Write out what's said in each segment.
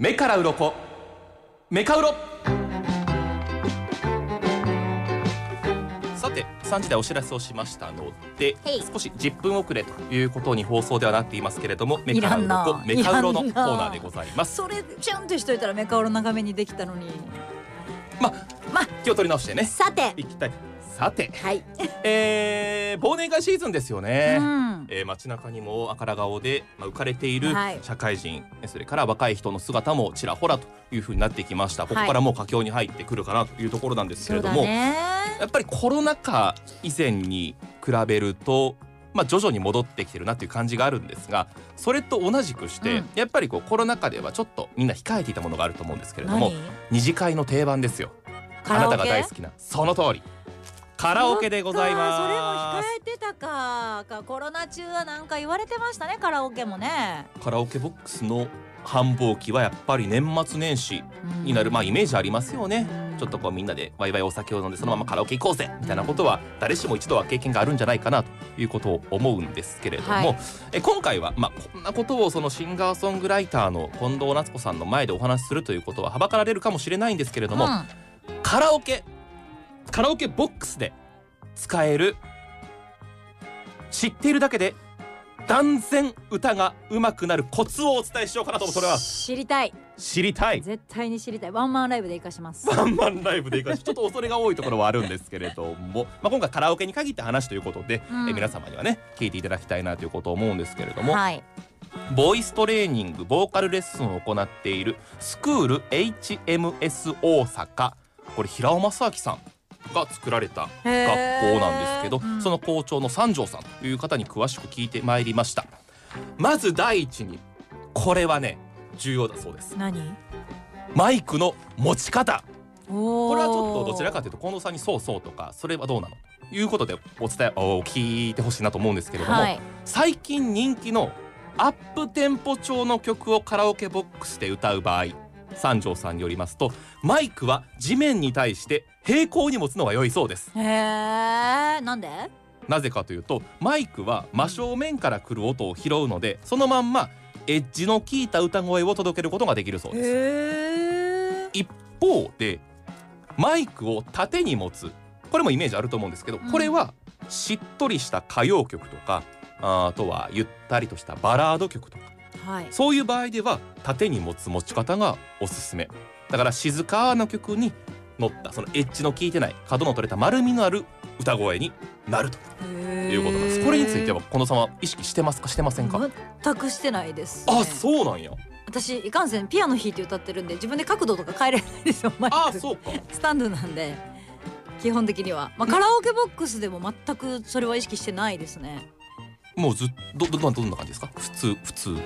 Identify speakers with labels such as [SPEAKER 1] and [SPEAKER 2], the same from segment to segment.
[SPEAKER 1] 目から鱗メカウロさて3時でお知らせをしましたので
[SPEAKER 2] へい
[SPEAKER 1] 少し10分遅れということに放送ではなっていますけれども目から
[SPEAKER 2] いらん
[SPEAKER 1] 鱗
[SPEAKER 2] な
[SPEAKER 1] メカウロのコ
[SPEAKER 2] いらん
[SPEAKER 1] ー
[SPEAKER 2] な
[SPEAKER 1] ナーでございます
[SPEAKER 2] それちゃんとしといたらメカオロ長めにできたのに
[SPEAKER 1] まあ
[SPEAKER 2] ま
[SPEAKER 1] 気を取り直してね
[SPEAKER 2] さて
[SPEAKER 1] いきたいさて
[SPEAKER 2] はい、
[SPEAKER 1] えー忘年会シーズンですよね、
[SPEAKER 2] うん
[SPEAKER 1] えー街中にも赤ら顔で、まあ、浮かれている
[SPEAKER 2] はい
[SPEAKER 1] 社会人、それから若い人の姿もちらほらというふうになってきましたここからもう佳境に入ってくるかなというところなんですけ
[SPEAKER 2] そ
[SPEAKER 1] れ
[SPEAKER 2] う
[SPEAKER 1] ど
[SPEAKER 2] だ
[SPEAKER 1] も、
[SPEAKER 2] ね
[SPEAKER 1] やっぱりコロナ禍以前に比べると、まあ、徐々に戻ってきてるなという感じがあるんですがそれと同じくして、
[SPEAKER 2] うん
[SPEAKER 1] やっぱりこうコロナ禍ではちょっとみんな控えていたものがあると思うんですけれども
[SPEAKER 2] 何
[SPEAKER 1] 二次会の定番ですよ
[SPEAKER 2] カ
[SPEAKER 1] あ
[SPEAKER 2] ラ
[SPEAKER 1] な
[SPEAKER 2] オケ
[SPEAKER 1] たが大好きなその通りカラオケでございま
[SPEAKER 2] そっかそれも控えてたかかコロナ中はなんか言われてましたねカラオケもね、
[SPEAKER 1] すカラオケボックスの繁忙期はやっぱり年末年始
[SPEAKER 2] うん
[SPEAKER 1] になるまあイメージありますよね
[SPEAKER 2] うん
[SPEAKER 1] ちょっとこうみんなでワイワイお酒を飲んでそのままカラオケ行こうぜみたいなことは誰しも一度は経験があるんじゃないかなということを思うんですけれども、
[SPEAKER 2] はい
[SPEAKER 1] え今回はまあこんなことをそのシンガーソングライターの近藤夏子さんの前でお話しするということははばかられるかもしれないんですけれども、
[SPEAKER 2] うん
[SPEAKER 1] カラオケカラオケボックスで使える知っているだけで断然歌が上手くなるコツをお伝えしようかなとそれは
[SPEAKER 2] 知りたい
[SPEAKER 1] 知りたい
[SPEAKER 2] 絶対に知りたいワンマンライブで生かします
[SPEAKER 1] ワンマンライブでいかしちょっと恐れが多いところはあるんですけれども、まあ、今回カラオケに限った話ということで、
[SPEAKER 2] うん
[SPEAKER 1] え皆様にはね聞いていただきたいなということを思うんですけれども、
[SPEAKER 2] はい
[SPEAKER 1] ボイストレーニングボーカルレッスンを行っているスクール HMS 大阪これ平尾正明さんが作られた学校なんですけど、
[SPEAKER 2] へーうん
[SPEAKER 1] その校長の三条さんという方に詳しく聞いてまいりましたまず第一にこれはね重要だそうです
[SPEAKER 2] 何
[SPEAKER 1] マイクの持ち方
[SPEAKER 2] こ
[SPEAKER 1] これはちょっとどちらかというと近藤さんに「そうそう」とか「それはどうなの?」ということでお伝えお聞いてほしいなと思うんですけれども、
[SPEAKER 2] はい
[SPEAKER 1] 最近人気のアップテンポ調の曲をカラオケボックスで歌う場合三条さんによりますとマイクは地面に対して平行に持つのが良いそうです
[SPEAKER 2] へえなんで
[SPEAKER 1] なぜかというとマイクは真正面から来る音を拾うのでそのまんまエッジの効いた歌声を届けることができるそうです
[SPEAKER 2] へえ
[SPEAKER 1] 一方でマイクを縦に持つこれもイメージあると思うんですけど、
[SPEAKER 2] うん
[SPEAKER 1] これはしっとりした歌謡曲とかああとはゆったりとしたバラード曲とか
[SPEAKER 2] はい
[SPEAKER 1] そういう場合では縦に持つ持ち方がおすすめだから静かな曲に乗ったそのエッジの効いてない角の取れた丸みのある歌声になると
[SPEAKER 2] と
[SPEAKER 1] いうことなんですこれについては近藤さんは意識してますかしてませんか
[SPEAKER 2] 全くしてないです、
[SPEAKER 1] あそうなんや
[SPEAKER 2] 私いかんせんピアノ弾いて歌ってるんで自分で角度とか変えれないですよマイク
[SPEAKER 1] あそうか
[SPEAKER 2] スタンドなんで基本的には、まあ、カラオケボックスでも全くそれは意識してないですね
[SPEAKER 1] もうずっとどどどんな感じですか普通普通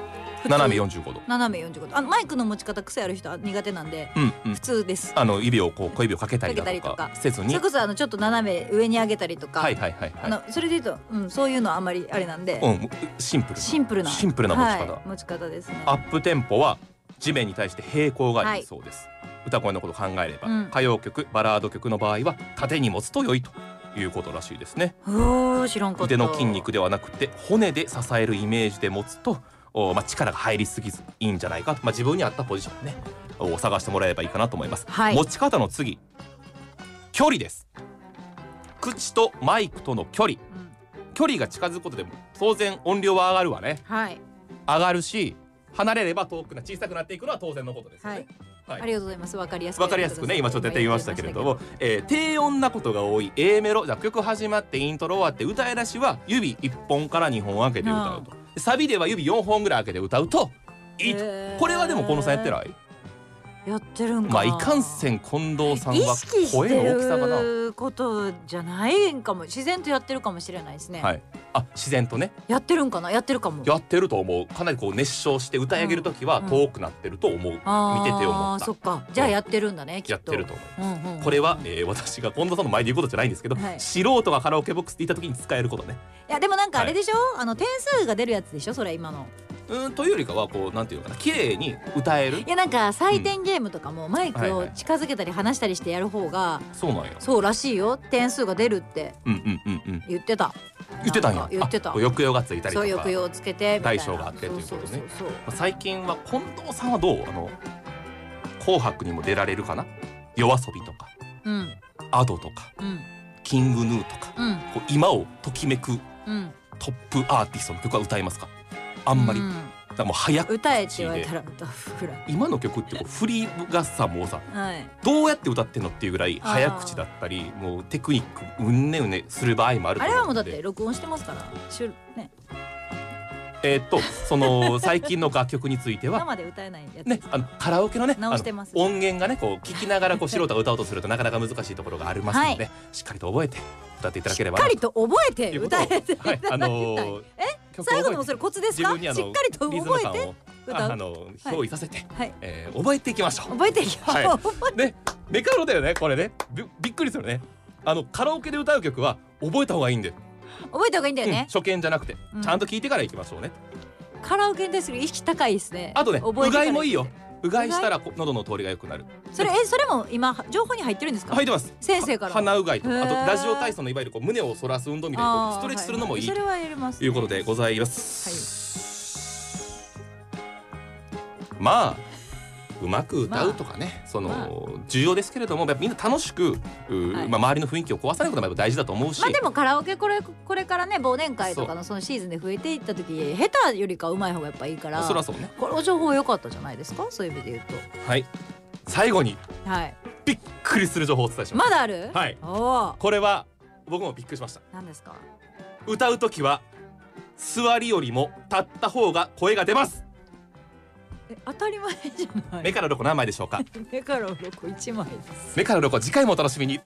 [SPEAKER 1] 斜め45度
[SPEAKER 2] 斜め45度あのマイクの持ち方癖ある人は苦手なんで
[SPEAKER 1] うんうん
[SPEAKER 2] 普通です
[SPEAKER 1] あの指をこう小指をかけたりだ
[SPEAKER 2] かけた
[SPEAKER 1] と
[SPEAKER 2] り
[SPEAKER 1] か
[SPEAKER 2] とか
[SPEAKER 1] せず
[SPEAKER 2] そ
[SPEAKER 1] に
[SPEAKER 2] れこそあのちょっと斜め上に上げたりとか、
[SPEAKER 1] はいはいはい
[SPEAKER 2] あ
[SPEAKER 1] は
[SPEAKER 2] のそれで言うと、うん、そういうのはあんまりあれなんで、
[SPEAKER 1] いうんシンプル
[SPEAKER 2] シンプルな
[SPEAKER 1] シンプルな持ち方
[SPEAKER 2] はい持ち方ですね
[SPEAKER 1] アップテンポは地面に対して平行がいいそうです、歌声のことを考えれば、
[SPEAKER 2] うん
[SPEAKER 1] 歌謡曲バラード曲の場合は縦に持つと良いということらしいですね
[SPEAKER 2] おー知らんかった
[SPEAKER 1] 腕の筋肉ではなくて骨で支えるイメージで持つとおまあ、力が入りすぎずいいんじゃないかと、まあ、自分に合ったポジションねを探してもらえばいいかなと思います、
[SPEAKER 2] はい
[SPEAKER 1] 持ち方の次距離です口とマイクとの距離
[SPEAKER 2] うん
[SPEAKER 1] 距離が近づくことでも当然音量は上がるわね
[SPEAKER 2] はい、
[SPEAKER 1] 上がるし離れれば遠くな小さくなっていくのは当然のことですよ
[SPEAKER 2] はい
[SPEAKER 1] ね。はい
[SPEAKER 2] ありがとうございますわかりやすく
[SPEAKER 1] わかりやすくね今ちょっと出てみましたけれども、えー低音なことが多い A メロじゃあ曲始まってイントロ終わって歌い出しは指1本から2本開けて歌うとでサビでは指4本ぐらい開けて歌うといいと
[SPEAKER 2] へー
[SPEAKER 1] これはでも近藤さんやってない
[SPEAKER 2] やってるんか
[SPEAKER 1] まあいかん
[SPEAKER 2] ん
[SPEAKER 1] せん近藤さん
[SPEAKER 2] 意
[SPEAKER 1] は
[SPEAKER 2] 識し
[SPEAKER 1] 声
[SPEAKER 2] て
[SPEAKER 1] の大きさがな。
[SPEAKER 2] ることじゃないんかも自然とやってるかもしれないですね、
[SPEAKER 1] はい、あ自然とね
[SPEAKER 2] やってるんかなやってるかも
[SPEAKER 1] やってると思うかなりこう熱唱して歌い上げる時は
[SPEAKER 2] うん
[SPEAKER 1] 遠くなってると思う、
[SPEAKER 2] あ
[SPEAKER 1] 見てて思
[SPEAKER 2] あ
[SPEAKER 1] っ
[SPEAKER 2] そ
[SPEAKER 1] た
[SPEAKER 2] っかじゃあやってるんだねき
[SPEAKER 1] や
[SPEAKER 2] っ
[SPEAKER 1] っ
[SPEAKER 2] と
[SPEAKER 1] てると思う
[SPEAKER 2] うんうんうん
[SPEAKER 1] これは、えー私が近藤さんの前で言うことじゃないんですけど、
[SPEAKER 2] はい
[SPEAKER 1] 素人がカラオケボックスで行った時に使えることね。
[SPEAKER 2] いやでもなんかあれでしょ、あの点数が出るやつでしょそれ今の
[SPEAKER 1] うーんというよりかはこうなんていうのかな綺麗に歌える
[SPEAKER 2] いやなんか採点ゲームとかもマイ
[SPEAKER 1] はい
[SPEAKER 2] ク
[SPEAKER 1] は
[SPEAKER 2] を
[SPEAKER 1] い
[SPEAKER 2] 近づけたり離したりしてやる方が
[SPEAKER 1] そうなんや
[SPEAKER 2] そうらしいよ点数が出るって
[SPEAKER 1] うんうんうんうん
[SPEAKER 2] 言ってた
[SPEAKER 1] 言ってたん
[SPEAKER 2] な
[SPEAKER 1] や
[SPEAKER 2] か言ってた
[SPEAKER 1] あ抑揚がついたりと
[SPEAKER 2] そ
[SPEAKER 1] か
[SPEAKER 2] う抑揚をつけてみたいな
[SPEAKER 1] 大小があってということね
[SPEAKER 2] そうそうそうそう
[SPEAKER 1] まあ最近は近藤さんはどうあの紅白にも出られるかな夜遊びとか
[SPEAKER 2] うん
[SPEAKER 1] アドとか
[SPEAKER 2] うん
[SPEAKER 1] キングヌーとか
[SPEAKER 2] うん
[SPEAKER 1] こう今をときめく
[SPEAKER 2] うん
[SPEAKER 1] トップアーティストの曲は歌えますかあ
[SPEAKER 2] あ
[SPEAKER 1] んまり、
[SPEAKER 2] う
[SPEAKER 1] だか
[SPEAKER 2] ん、
[SPEAKER 1] らもう早く
[SPEAKER 2] 歌えって言われたら歌うぐらい
[SPEAKER 1] 今の曲ってこう振りがさもうさ
[SPEAKER 2] はい
[SPEAKER 1] どうやって歌ってんのっていうぐらい
[SPEAKER 2] あー
[SPEAKER 1] 早口だったりもうテクニックうんねうねする場合もあると
[SPEAKER 2] あ
[SPEAKER 1] 思
[SPEAKER 2] れはも
[SPEAKER 1] う
[SPEAKER 2] うだ
[SPEAKER 1] の
[SPEAKER 2] っ
[SPEAKER 1] で
[SPEAKER 2] て録音してますから収録ね
[SPEAKER 1] えーっとその最近の楽曲について は
[SPEAKER 2] 生で歌えないやつ、
[SPEAKER 1] ね、あのカラオケのね
[SPEAKER 2] 直してます
[SPEAKER 1] あの音源がねこう聞きながらこう素人が歌おうとするとなかなか難しいところがありますので、しっかりと覚えて歌っていただ
[SPEAKER 2] し
[SPEAKER 1] けれ
[SPEAKER 2] っ
[SPEAKER 1] ば
[SPEAKER 2] か
[SPEAKER 1] な
[SPEAKER 2] りと覚えて
[SPEAKER 1] ということを
[SPEAKER 2] 歌えてい
[SPEAKER 1] は
[SPEAKER 2] ただ
[SPEAKER 1] い
[SPEAKER 2] きたい、
[SPEAKER 1] あのー曲を
[SPEAKER 2] 最後のも
[SPEAKER 1] 覚
[SPEAKER 2] それコツで
[SPEAKER 1] 自
[SPEAKER 2] すか
[SPEAKER 1] 分
[SPEAKER 2] し
[SPEAKER 1] にあ
[SPEAKER 2] っか
[SPEAKER 1] の
[SPEAKER 2] りと
[SPEAKER 1] えてリズム
[SPEAKER 2] 覚え
[SPEAKER 1] 感
[SPEAKER 2] て
[SPEAKER 1] を
[SPEAKER 2] 歌う
[SPEAKER 1] ああの
[SPEAKER 2] はい
[SPEAKER 1] 憑依させて、
[SPEAKER 2] はい
[SPEAKER 1] えー覚えていきましょう。
[SPEAKER 2] 覚えていきま
[SPEAKER 1] は
[SPEAKER 2] し
[SPEAKER 1] い
[SPEAKER 2] ょう
[SPEAKER 1] ね、メカロだよね、これね、びびっくりするね。あのカラオケで歌う曲は覚えた方がいいんで、
[SPEAKER 2] 覚えた方がいいんだよ
[SPEAKER 1] うん
[SPEAKER 2] ね、
[SPEAKER 1] 初見じゃなくて、
[SPEAKER 2] うん
[SPEAKER 1] ちゃんと聞いてから行きましょうね。
[SPEAKER 2] カラオケに対する意識高いですね
[SPEAKER 1] あとね、
[SPEAKER 2] 覚え
[SPEAKER 1] う
[SPEAKER 2] て
[SPEAKER 1] が
[SPEAKER 2] から
[SPEAKER 1] いもいいよ。うがいしたらこ喉の通りが良くなる。
[SPEAKER 2] それえそれも今情報に入ってるんですか、
[SPEAKER 1] 入ってます。
[SPEAKER 2] 先生から
[SPEAKER 1] 鼻うがいと
[SPEAKER 2] へ
[SPEAKER 1] か、あと
[SPEAKER 2] ー
[SPEAKER 1] ラジオ体操のいわゆるこう胸を反らす運動みたい
[SPEAKER 2] あ
[SPEAKER 1] な
[SPEAKER 2] ー
[SPEAKER 1] ストレッチするのもいい
[SPEAKER 2] は
[SPEAKER 1] と
[SPEAKER 2] はそれはやります
[SPEAKER 1] いうことでございます。まあうまく歌うとかね、その、
[SPEAKER 2] まあ
[SPEAKER 1] 重要ですけれども、やっぱみんな楽しく、うー
[SPEAKER 2] はい
[SPEAKER 1] まあ周りの雰囲気を壊さないこともやっぱ大事だと思うし、
[SPEAKER 2] まあでもカラオケこれこれからね忘年会とかのそのシーズンで増えていった時下手よりかうまい方がやっぱいいから
[SPEAKER 1] そらそうね。
[SPEAKER 2] これお情報良かったじゃないですかそういう意味で言う
[SPEAKER 1] はい。最後に
[SPEAKER 2] とはい
[SPEAKER 1] びっくりする情報をお伝えします。
[SPEAKER 2] まだある、
[SPEAKER 1] はい。
[SPEAKER 2] おお
[SPEAKER 1] これは僕もびっくりしました。
[SPEAKER 2] 何ですか
[SPEAKER 1] 歌うときは座りよりも立った方が声が出ます。
[SPEAKER 2] え当たり前じゃない
[SPEAKER 1] 目から鱗何枚でしょうか。
[SPEAKER 2] 目から鱗一枚です
[SPEAKER 1] 目から鱗次回もお楽しみに。